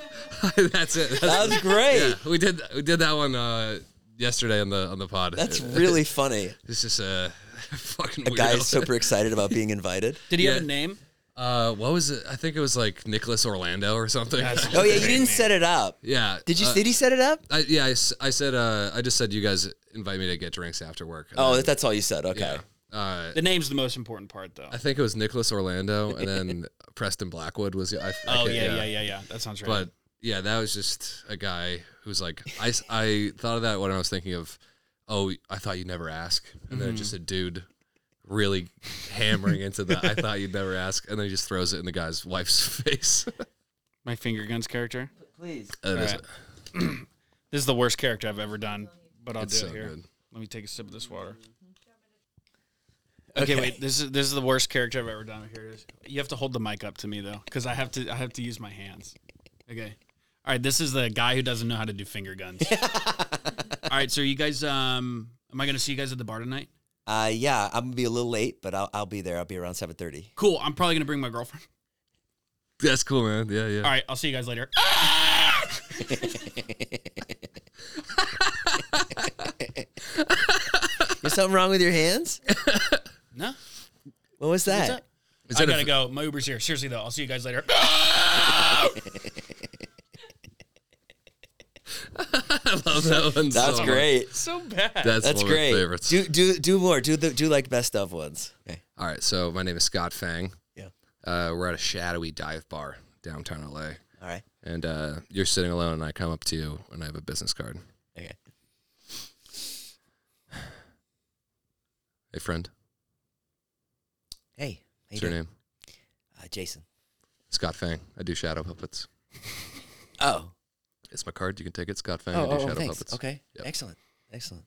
C: (laughs) That's it.
B: (laughs)
C: That's-
B: That was great.
C: yeah, we did we did that one uh, yesterday on the on the pod.
B: That's really funny. (laughs)
C: This is a (laughs) fucking
B: A
C: weirdo.
B: guy is super excited about being invited.
A: Did he have
C: Yeah.
A: a name?
C: Uh, what was it? I think it was like Nicholas Orlando or something.
B: (laughs) Oh yeah, you didn't set it up.
C: (laughs) yeah.
B: Did you?
C: Uh,
B: did he set it up?
C: I, yeah, I, s- I said. Uh, I just said you guys invite me to get drinks after work. And
B: Oh,
C: then-
B: that's all you said. Okay.
C: Yeah. Uh,
A: The name's the most important part, though.
C: I think it was Nicholas Orlando,
B: (laughs)
C: and then Preston Blackwood was. I, I
A: Oh
C: can't-
A: yeah, yeah, yeah, yeah, That sounds right.
C: But yeah, that was just a guy who's like, I, s- I thought of that when I was thinking of, oh, I thought you'd never ask.
A: Mm-hmm.
C: And then just a dude really hammering into the, I thought you'd never ask. And then he just throws it in the guy's wife's (laughs) face.
A: my finger guns character.
B: Please.
C: And it's-
A: All right. This is the worst character I've ever done, but I'll
C: It's
A: do
C: so
A: it here.
C: good.
A: Let me take a sip of this water. Okay, wait. This is this is the worst character I've ever done. Here it is. You have to hold the mic up to me though, because I have to I have to use my hands. Okay. All right. This is the guy who doesn't know how to do finger
C: (laughs)
A: guns. All right. So you guys, um, am I gonna see you guys at the bar tonight?
B: Uh, yeah, I'm gonna be a little late, but I'll, I'll be there. I'll be around seven thirty.
A: Cool. I'm probably gonna bring my girlfriend.
C: That's cool, man. Yeah, yeah.
A: All right. I'll see you guys later. Ah!
B: Is something wrong with your hands?
A: No.
B: What was that?
A: What's up?
C: Is
A: I
C: that a-
A: gotta go. My Uber's here. Seriously though, I'll see you guys
C: (laughs)
A: later. Ah!
C: (laughs) I love that one.
B: That's
C: so much.
B: great.
A: so bad.
C: That's,
B: That's
C: one of my
B: great.
C: favorites.
B: Do do do more. Do the do like best of ones. Okay.
C: All right. So my name is Scott Fang.
B: Yeah.
C: Uh, we're at a shadowy dive bar downtown LA.
B: All right.
C: And uh, you're sitting alone, and I come up to you, and I have a business card.
B: Okay.
C: Hey, friend.
B: Hey. how you
C: What's your
B: doing?
C: name?
B: Uh, Jason.
C: Scott Fang. I do shadow puppets.
B: Oh.
C: It's my card. You can take it. Scott Fang.
B: Oh.
C: I do
B: oh
C: shadow
B: thanks.
C: puppets.
B: Okay.
C: Yep.
B: Excellent. Excellent.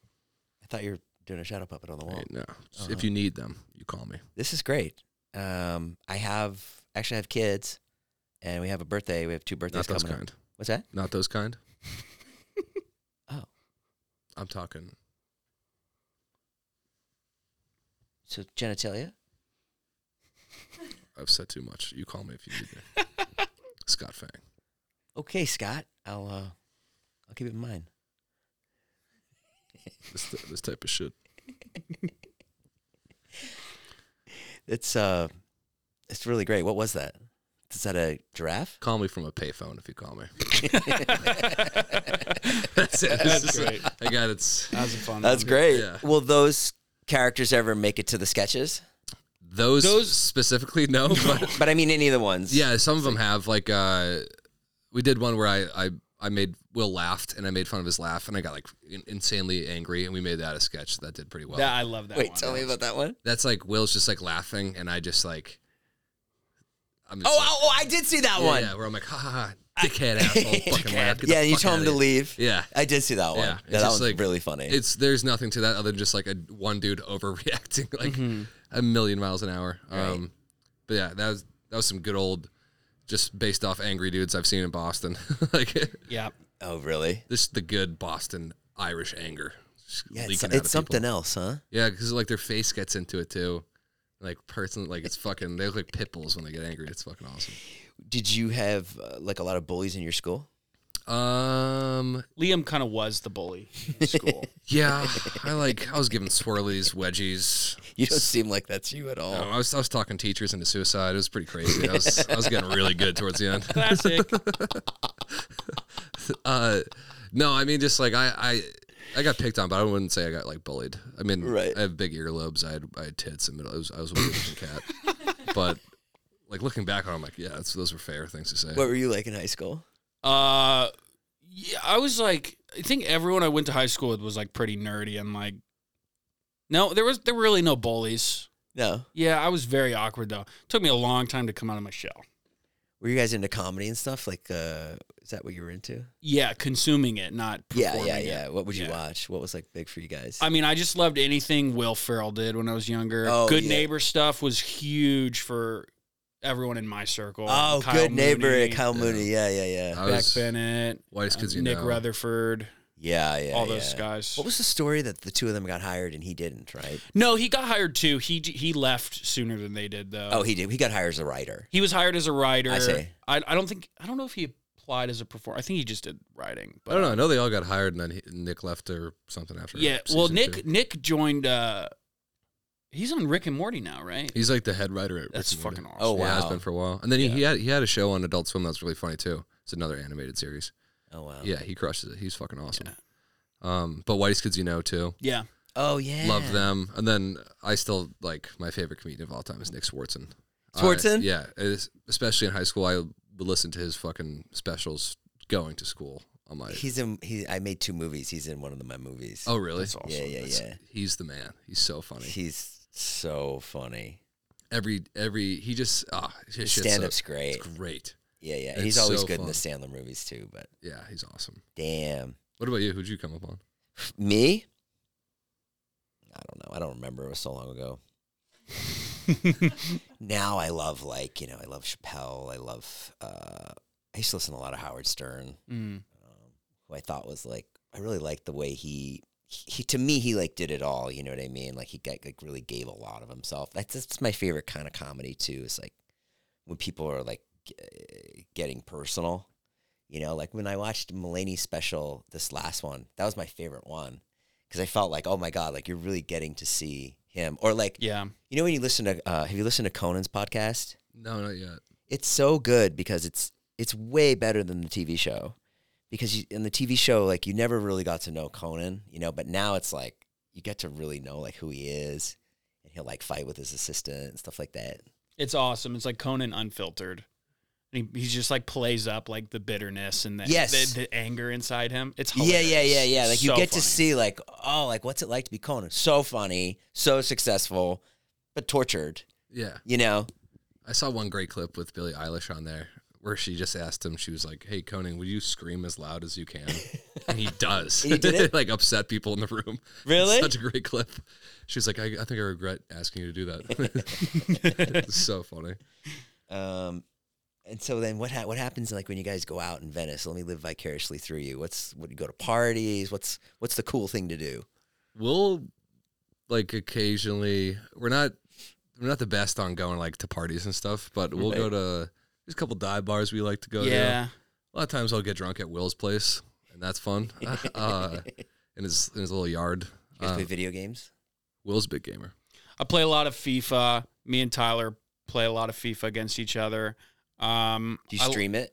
B: I thought you were doing a shadow puppet on the wall.
C: Hey, no.
B: Uh-huh.
C: If you need them, you call me.
B: This is great. Um, I have actually I have kids, and we have a birthday. We have two
C: Not
B: birthdays
C: those
B: coming. up.
C: kind.
B: What's that?
C: Not those kind.
B: Oh.
C: I'm talking.
B: So genitalia.
C: I've said too much. You call me if you need me.
B: (laughs)
C: Scott Fang.
B: Okay, Scott. I'll uh, I'll keep it in mind.
C: This, this type of shit.
B: It's uh, It's really great. What was that? Is that a giraffe?
C: Call me from a payphone if you call me. that's it. That's
A: great.
C: I got it's
A: That was a fun.
B: That's
A: one.
B: great.
C: Yeah.
B: Will those characters ever make it to the sketches?
C: those,
A: Those-
C: specifically no, but
B: But I mean, any of the ones.
C: yeah, some of them have like uh, we did one where I I I made Will laughed and I made fun of his laugh and I got like in- insanely angry and we made that a sketch that did pretty well.
A: Yeah, I love that.
B: Wait,
A: one.
B: tell me about that one.
C: That's like Will's just like laughing and I just like I'm just
B: Oh,
C: like,
B: oh, oh, I did see that
C: yeah,
B: one.
C: yeah, where I'm like ha ha, ha dickhead
B: (laughs)
C: asshole fucking laugh. Get the
B: Yeah, you
C: fuck
B: told him
C: outta
B: to
C: here.
B: leave.
C: Yeah.
B: I did see that one.
C: Yeah, it's
B: that one's
C: just like-
B: really funny.
C: It's there's nothing to that other than just like a one dude (laughs) overreacting like
B: Mm-hmm.
C: a million miles an hour. Um, but yeah, that was that was some good old, just based off angry dudes I've seen in Boston. (laughs) like
A: Yeah.
B: oh, really?
C: this, the good Boston Irish anger. just
B: Yeah, it's,
C: leaking out
B: it's
C: of
B: something
C: People.
B: else, huh?
C: Yeah, because like their face gets into it too. Like person, like it's fucking. They look like pit bulls when they get angry. It's fucking awesome.
B: Did you have uh, like a lot of bullies in your school? (laughs)
C: Um,
A: Liam kind of was the bully
B: (laughs)
A: in school.
C: yeah, I like. I was giving swirlies, wedgies.
B: You don't seem like that's you at all.
C: No, Oh, I was I was talking teachers into suicide. It was pretty crazy. I was I was getting really good towards the
A: (laughs)
C: end.
A: Classic.
C: Uh, no, I mean just like I I. I got picked on, but I wouldn't say I got like bullied. I mean,
B: Right.
C: I have big earlobes. I had, I had tits, and middle. I was, I was a weird looking cat.
A: (laughs)
C: But like looking back on, it, I'm like, yeah, that's, those were fair things to say.
B: What were you like in high school?
A: Uh, yeah, I was like, I think everyone I went to high school with was like pretty nerdy and like, no, there was there were really no bullies.
B: No.
A: Yeah, I was very awkward though. took me a long time to come out of my shell.
B: Were you guys into comedy and stuff? Like, uh, is that what you were into?
A: Yeah, consuming it, not
B: Yeah, yeah,
A: performing
B: yeah.
A: it.
B: What would you
A: Yeah.
B: watch? What was like big for you guys?
A: I mean, I just loved anything Will Ferrell did when I was younger.
B: Oh,
A: Good
B: yeah.
A: Neighbor stuff was huge for everyone in my circle.
B: oh,
A: Kyle
B: good neighbor,
A: Mooney,
B: Kyle Mooney. Yeah, yeah, yeah,
C: I
A: Beck
C: was
A: Bennett,
C: whitest kids you
A: Nick
C: know.
A: Rutherford,
B: yeah, yeah.
A: all those
B: yeah.
A: guys.
B: What was the story that the two of them got hired and he didn't? Right?
A: No, he got hired too. He he left sooner than they did though.
B: Oh, he did. He got hired as a writer.
A: He was hired as a writer.
B: I see.
A: I, I don't think I don't know if he applied as a performer. I think he just did writing.
C: I don't know. I know they all got hired, and then he, Nick left or something after.
A: Yeah. Well,
C: season
A: Nick
C: two.
A: Nick joined. uh He's on Rick and Morty now, right?
C: He's like the head writer at Rick
A: That's
C: and Morty.
A: fucking awesome.
B: Oh,
C: Yeah, has
B: wow.
C: been for a while. And then he, he had he had a show on Adult Swim that was really funny too. It's another animated series.
B: Oh wow.
C: Yeah, he crushes it. He's fucking awesome. Um, but Whitey's Kids You Know too.
A: Yeah.
B: Oh yeah.
C: Love them. And then I still like my favorite comedian of all time is Nick Swartzen. I-
B: Swartzen?
C: yeah, it is- especially in high school, I would listen to his fucking specials going to school on my.
B: He's in. He. I made two movies. He's in one of the- my movies.
C: oh really?
A: That's awesome.
B: yeah, yeah, yeah.
C: He's the man. He's so funny.
B: He's so funny.
C: every every he just ah his
B: His
C: shit's so-
B: stand-up's great.
C: It's great.
B: Yeah, yeah.
C: It's
B: he's always
C: so
B: good in the
C: fun.
B: Sandler movies too. But
C: Yeah, he's awesome.
B: damn,
C: What about you? Who'd you come up on?
B: me. I don't know. I don't remember. It was so long ago. now I love like you know I love Chappelle. I love. uh I used to listen to a lot of Howard Stern,
A: Mm.
B: um, who I thought was like I really liked the way he. He, to me, he like did it all. You know what I mean? Like he got like really gave a lot of himself. That's that's my favorite kind of comedy too. Is like when people are like g- uh, getting personal. You know, like when I watched Mulaney's special, this last one, that was my favorite one because I felt like, oh my god, like you're really getting to see him. Or like,
A: Yeah.
B: you know, when you listen to, uh, have you listened to Conan's podcast?
C: No, not yet.
B: It's so good because it's it's way better than the TV show because you, in the TV show, like you never really got to know Conan, you know, but now it's like you get to really know like who he is, and he'll like fight with his assistant and stuff like that.
A: It's awesome. It's like Conan unfiltered. And he, he just like plays up like the bitterness and the,
B: Yes.
A: the, the anger inside him. It's
B: Yeah,
A: hilarious.
B: yeah, yeah, yeah. Like you
A: So
B: get
A: funny.
B: to see like, oh, like what's it like to be Conan? So funny, so successful, but tortured.
C: Yeah,
B: You know?
C: I saw one great clip with Billie Eilish on there where she just asked him. She was like, "Hey, Conan, will you scream as loud as
B: (laughs)
C: you can?" and he does.
B: He did it?
C: (laughs) like upset people in the room. (laughs)
B: Really?
C: Such a great clip. She's like, I, "I think I regret asking you to do that."
B: (laughs)
C: (laughs) it's so funny.
B: Um, and so then what ha- what happens like when you guys go out in Venice? Let me live vicariously through you. What's what you go to parties? What's what's the cool thing to do?
C: we'll like occasionally we're not we're not the best on going like to parties and stuff, but we'll go to there's a couple dive bars we like to go to.
A: Yeah.
C: A lot of times I'll get drunk at Will's place and
B: (laughs)
C: that's fun. (laughs) uh, in his in his little yard.
B: You guys
C: Uh,
B: play video games?
C: Will's a big gamer.
A: I play a lot of FIFA. Me and Tyler play a lot of FIFA against each other. Um,
B: Do you
A: I-
B: stream it?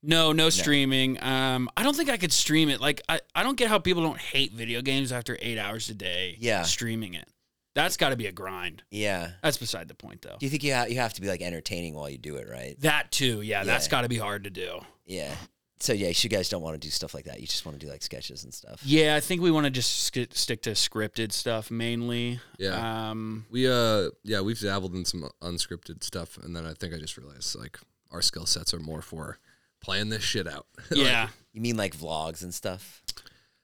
A: no, no streaming. Um, I don't think I could stream it. Like, I, I don't get how people don't hate video games after eight hours a day.
B: Yeah.
A: streaming it. That's got to be a grind.
B: Yeah.
A: That's beside the point, though.
B: Do you think you ha- you have to be like entertaining while you do it, right?
A: That too, yeah, that's
B: Yeah.
A: got to be hard to do.
B: Yeah. So yeah, you guys don't want to do stuff like that. You just want to do like sketches and stuff.
A: Yeah, I think we want to just sk- stick to scripted stuff mainly.
C: Yeah.
A: Um,
C: We uh yeah, we've dabbled in some unscripted stuff and then I think I just realized like our skill sets are more for playing this shit out. (laughs) Like,
A: yeah.
B: You mean like vlogs and stuff?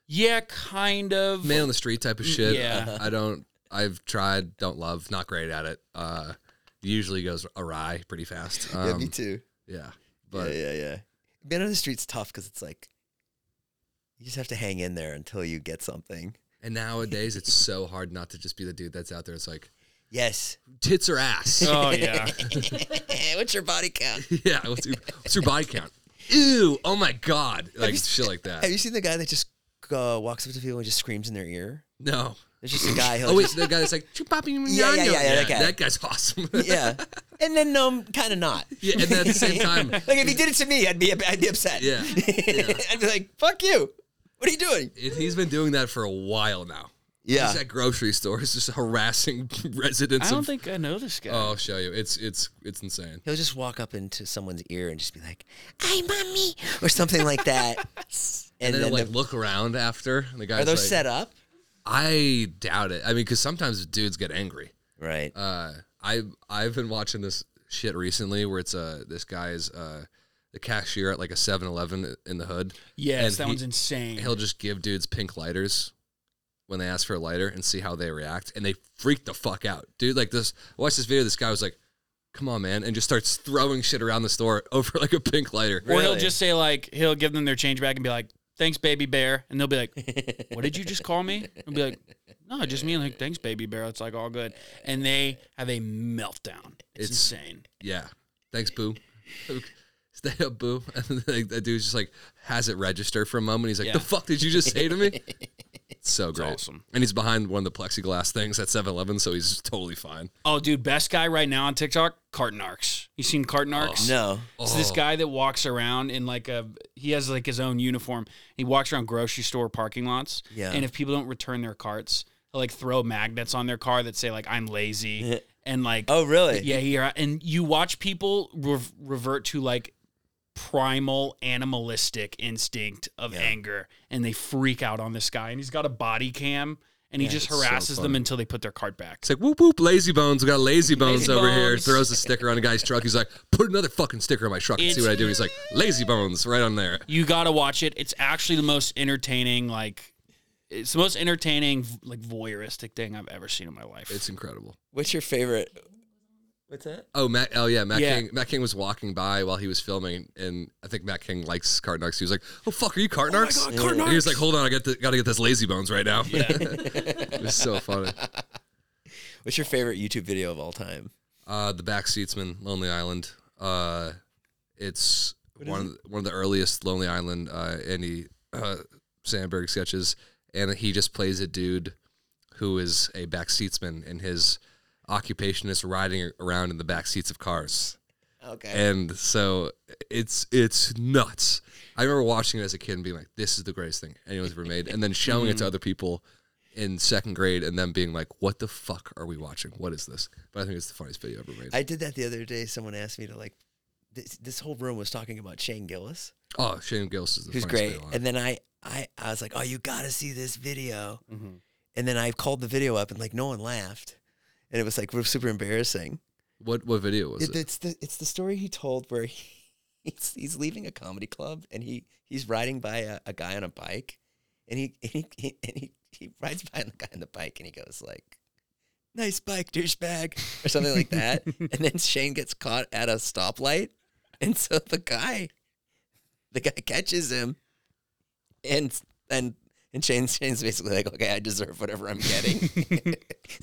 A: Yeah, kind of.
C: man on the street type of
B: Mm,
C: shit.
A: yeah.
C: I don't I've tried, don't love, not great at it. Uh usually goes awry
B: (laughs)
C: pretty fast. Um,
B: too.
C: Yeah. But
B: yeah, yeah, yeah. Being on the street's tough because it's like you just have to hang in there until you get something.
C: and nowadays it's so hard not to just be the dude that's out there. It's like
B: Yes. (laughs)
C: tits or ass.
A: Oh yeah.
B: What's your body count?
C: (laughs) yeah. What's your, what's your body count? Ew. Oh my god. Like
B: you-
C: shit like that.
B: Have you seen the guy that just uh, walks up to people and just screams in their ear?
C: no.
B: There's just
C: (laughs)
B: a guy. Who
C: Oh wait,
B: just,
C: the guy that's like chupapi
B: Yeah, yeah, yeah, yeah, that guy.
C: That guy's awesome.
B: (laughs)
C: (laughs)
B: yeah. And then um, kind of not.
C: Yeah, and then at the same time,
B: Like if he did it to me, I'd be I'd be upset.
C: Yeah, yeah.
B: (laughs) I'd be like, "Fuck you! What are you doing?"
C: it, he's been doing that for a while now.
B: Yeah.
C: He's at grocery stores, just harassing (laughs) residents.
A: I don't
C: of,
A: think I know this guy.
C: Oh, I'll show you. It's it's it's insane.
B: He'll just walk up into someone's ear and just be like, "Hi, mommy," or something like that. (laughs)
C: And,
B: and,
C: then,
B: then,
C: like
B: the-
C: look around after, and the guy's
B: are those
C: like,
B: set up?
C: I doubt it. I mean, because sometimes dudes get angry.
B: Right.
C: uh, I I've been watching this shit recently where it's uh this guy's uh the cashier at like a 7-Eleven in the hood.
A: yes,
C: and
A: that
C: he-
A: one's insane.
C: He'll just give dudes pink lighters when they ask for a lighter and see how they react, and they freak the fuck out, dude. Like this, I watched this video. This guy was like, "Come on, man," and just starts throwing shit around the store (laughs) over like a pink lighter.
A: or he'll
B: Really?
A: just say like he'll give them their change back and be like, "Thanks, baby bear," and they'll be like, "What did you just call me?" And be like, "No, I just mean like thanks, baby bear. It's like all good." And they have a meltdown. It's,
C: It's-
A: insane.
C: Yeah, thanks, boo. (laughs) Stay up, boo. (laughs) And like, that dude's just like has it register for a moment. He's like,
A: Yeah.
C: "The fuck did you just say
A: (laughs)
C: to me?" It's so great.
A: awesome.
C: And he's behind one of the plexiglass things at 7-Eleven, so he's totally fine.
A: Oh, dude, best guy right now on TikTok, Carton Arcs. You seen Carton Arcs?
B: no.
A: It's this guy that walks around in like a he has like his own uniform. He walks around grocery store parking lots.
B: Yeah.
A: And if people don't return their carts, he'll like throw magnets on their car that say like I'm lazy and like
B: Oh, really?
A: yeah here and you watch people rev revert to like primal animalistic instinct of anger and they freak out on this guy and he's got a body cam and he just
C: so
A: harasses them
C: funny.
A: until they put their cart back.
C: It's like whoop whoop, lazy bones. We got lazy bones
A: Lazy
C: over here.
A: Bones.
C: Throws a sticker on a guy's truck. He's like, put another fucking sticker on my truck and see
A: It's-
C: what I do. He's like, lazy bones, right on there.
A: you gotta watch it. It's actually the most entertaining, like it's the most entertaining, like voyeuristic thing I've ever seen in my life.
C: It's incredible.
B: What's your favorite? What's that?
C: Oh, Matt. Oh yeah, Matt
A: Yeah.
C: King. Matt King was walking by while he was filming, and I think Matt King likes carton arcs. He was like, "Oh fuck, are you carton arcs?"
A: God, carton
C: And He was
A: arcs.
C: like, "Hold on, I got to, gotta get this lazy bones right now." (laughs) it was so funny.
B: What's your favorite YouTube video of all time?
C: Uh, the Backseatsman, Lonely Island. Uh, it's one of the, one of the earliest Lonely Island uh, Andy uh, Sandberg sketches, and he just plays a dude who is a backseatsman, and his occupation is riding around in the back seats of cars.
B: Okay.
C: And so it's it's nuts. I remember watching it as a kid and being like, "This is the greatest thing anyone's ever made," and then showing it to other people in second grade, and them being like, "What the fuck are we watching? What is this?" But I think it's the funniest video ever made.
B: I did that the other day. Someone asked me to like. This, this whole room was talking about Shane Gillis,
C: oh, Shane Gillis is the
B: who's
C: funniest
B: great.
C: video alive.
B: And then I, I, I was like, "Oh, you got to see this video."
C: Mm-hmm.
B: And then I called the video up, and like no one laughed, and it was like super embarrassing.
C: what what video was
B: It-
C: it?
B: It's the it's the story he told where he, (laughs) he's he's leaving a comedy club and he he's riding by a, a guy on a bike, and he and he, he and he he rides by the guy on the bike and he goes like, "Nice bike, douchebag," or something like that. and then Shane gets caught at a stoplight, and so the guy, the guy catches him, and and. And Shane, Shane's basically like, okay, I deserve whatever I'm getting. (laughs)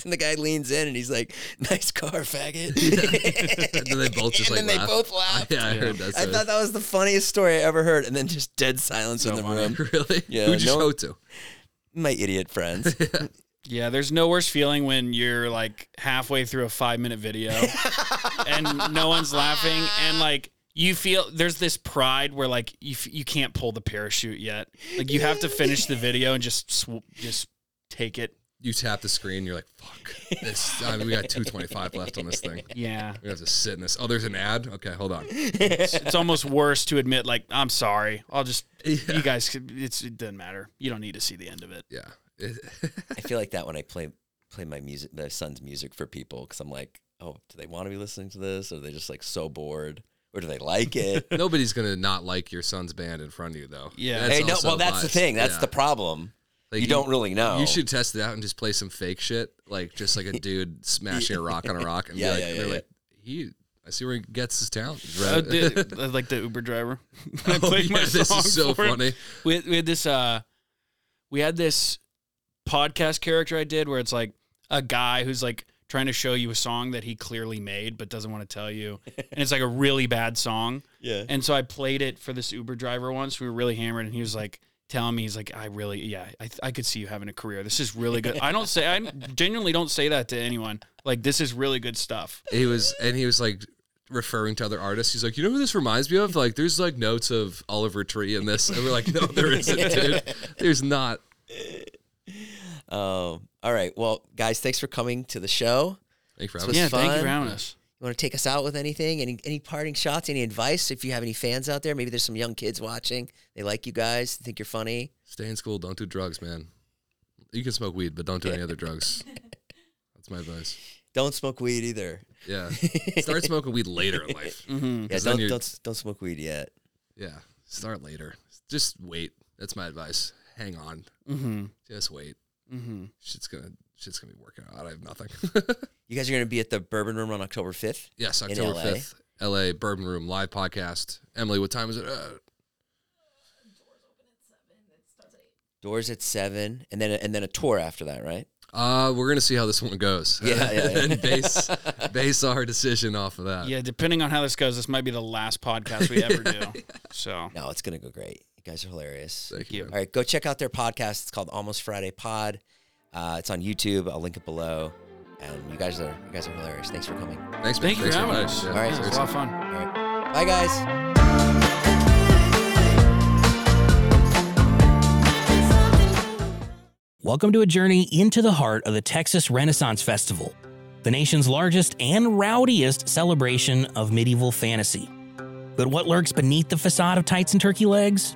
B: and the guy leans in and he's like, nice car, faggot.
C: (laughs) and then they both just
B: and
C: like
B: then
C: laugh.
B: they both laughed.
C: (laughs) yeah, I heard that.
B: I thought that was the funniest story I ever heard, and then
C: (laughs)
B: just dead silence in the room.
C: really.
B: Yeah,
C: Who'd you
B: no-
C: show it to? (laughs)
B: My idiot friends.
A: Yeah, there's no worse feeling when you're like halfway through a five minute
C: (laughs)
A: video and no one's laughing and like you feel there's this pride where like you, f- you can't pull the parachute yet. Like you have to finish the video and just sw- just take it.
C: You tap the screen, you're like, fuck. This, I mean, we got 225 left on this thing.
A: Yeah.
C: We have to sit in this. Oh, there's an ad? Okay,
B: (laughs)
C: hold on.
A: It's almost worse to admit like I'm sorry. I'll just
C: Yeah.
A: you guys could- it's it doesn't matter. You don't need to see the end of it.
C: Yeah. (laughs)
B: I feel like that when I play play my music, my son's music for people, because I'm like, oh, do they want to be listening to this, or are they just like so bored, or do they like
C: (laughs)
B: it?
C: Nobody's going to not like your son's band in front of you, though.
A: Yeah.
B: Hey, no,
C: also
B: well, that's the
C: lies.
B: thing. That's
C: Yeah.
B: the problem.
C: Like,
B: you, don't really know.
C: You should test it out and just play some fake shit, like just like a dude smashing a rock on a rock, and
B: Yeah,
C: be like,
B: yeah,
C: and
B: yeah,
C: they're
B: yeah.
C: like, he. I see where he gets his talent.
A: Oh,
C: (laughs)
A: dude, like the Uber driver. (laughs) I
C: Oh,
A: played my
C: yeah, this
A: song
C: is so
A: for him.
C: funny.
A: we had, we had this uh we had this podcast character I did where it's like a guy who's like trying to show you a song that he clearly made but doesn't want to tell you and it's like a really bad (laughs) song
B: Yeah.
A: and so I played it for this Uber driver once we were really hammered and he was like telling me he's like I really yeah I, th- I could see you having a career this is really good I don't say I genuinely don't say that to anyone like this is really good stuff
C: He was, and he was like referring to other artists. He's like, you know who this reminds me of? Like, there's like notes of Oliver Tree in this, and we're like,
B: (laughs)
C: no, there isn't, dude. There's not.
B: Um, all right. Well, guys, thanks for coming to the show.
C: Thank you for
B: It's
C: having
A: yeah
C: us.
A: thank you for
B: fun.
A: having us
B: You want to take us out with anything? Any any parting shots? Any advice? If you have any fans out there, maybe there's some young kids watching. They like you guys. Think you're funny.
C: Stay in school. Don't do drugs, man. You can smoke weed, but don't do any
B: (laughs)
C: other drugs. That's my advice.
B: Don't smoke weed either.
C: Yeah, start smoking weed later in life.
B: Yeah,
C: 'Cause then
B: don't,
C: you're-
B: don't don't smoke weed yet.
C: Yeah, start later. Just wait. That's my advice. Hang on.
A: mm-hmm
C: Just wait.
A: mm-hmm
C: Shit's gonna shit's gonna be working out. I have nothing. (laughs)
B: You guys are going to be at the Bourbon Room on October 5th.
C: yes,
B: In
C: October
B: LA?
C: fifth, LA Bourbon Room live podcast. Emily, what time is it? Uh,
B: Doors at 7 and then and then a tour after that, right?
C: uh we're gonna see how this one goes. (laughs)
B: Yeah, yeah, yeah.
C: and base base our decision off of that.
A: Yeah, depending on how this goes, this might be the last podcast we ever do. So
B: No, it's going to go great. You guys are hilarious.
C: Thank you.
B: All right, go check out their podcast. It's called Almost Friday Pod. Uh, it's on YouTube. I'll link it below. And you guys are you guys are hilarious. Thanks for coming.
C: Thanks, man.
A: thank you for
C: Thanks
A: having
C: inviting
A: us.
C: Yeah,
A: All
B: right.
A: right, it was a lot of fun.
B: All right. Bye guys.
G: Welcome to a journey into the heart of the Texas Renaissance Festival, the nation's largest and rowdiest celebration of medieval fantasy. But what lurks beneath the facade of tights and turkey legs?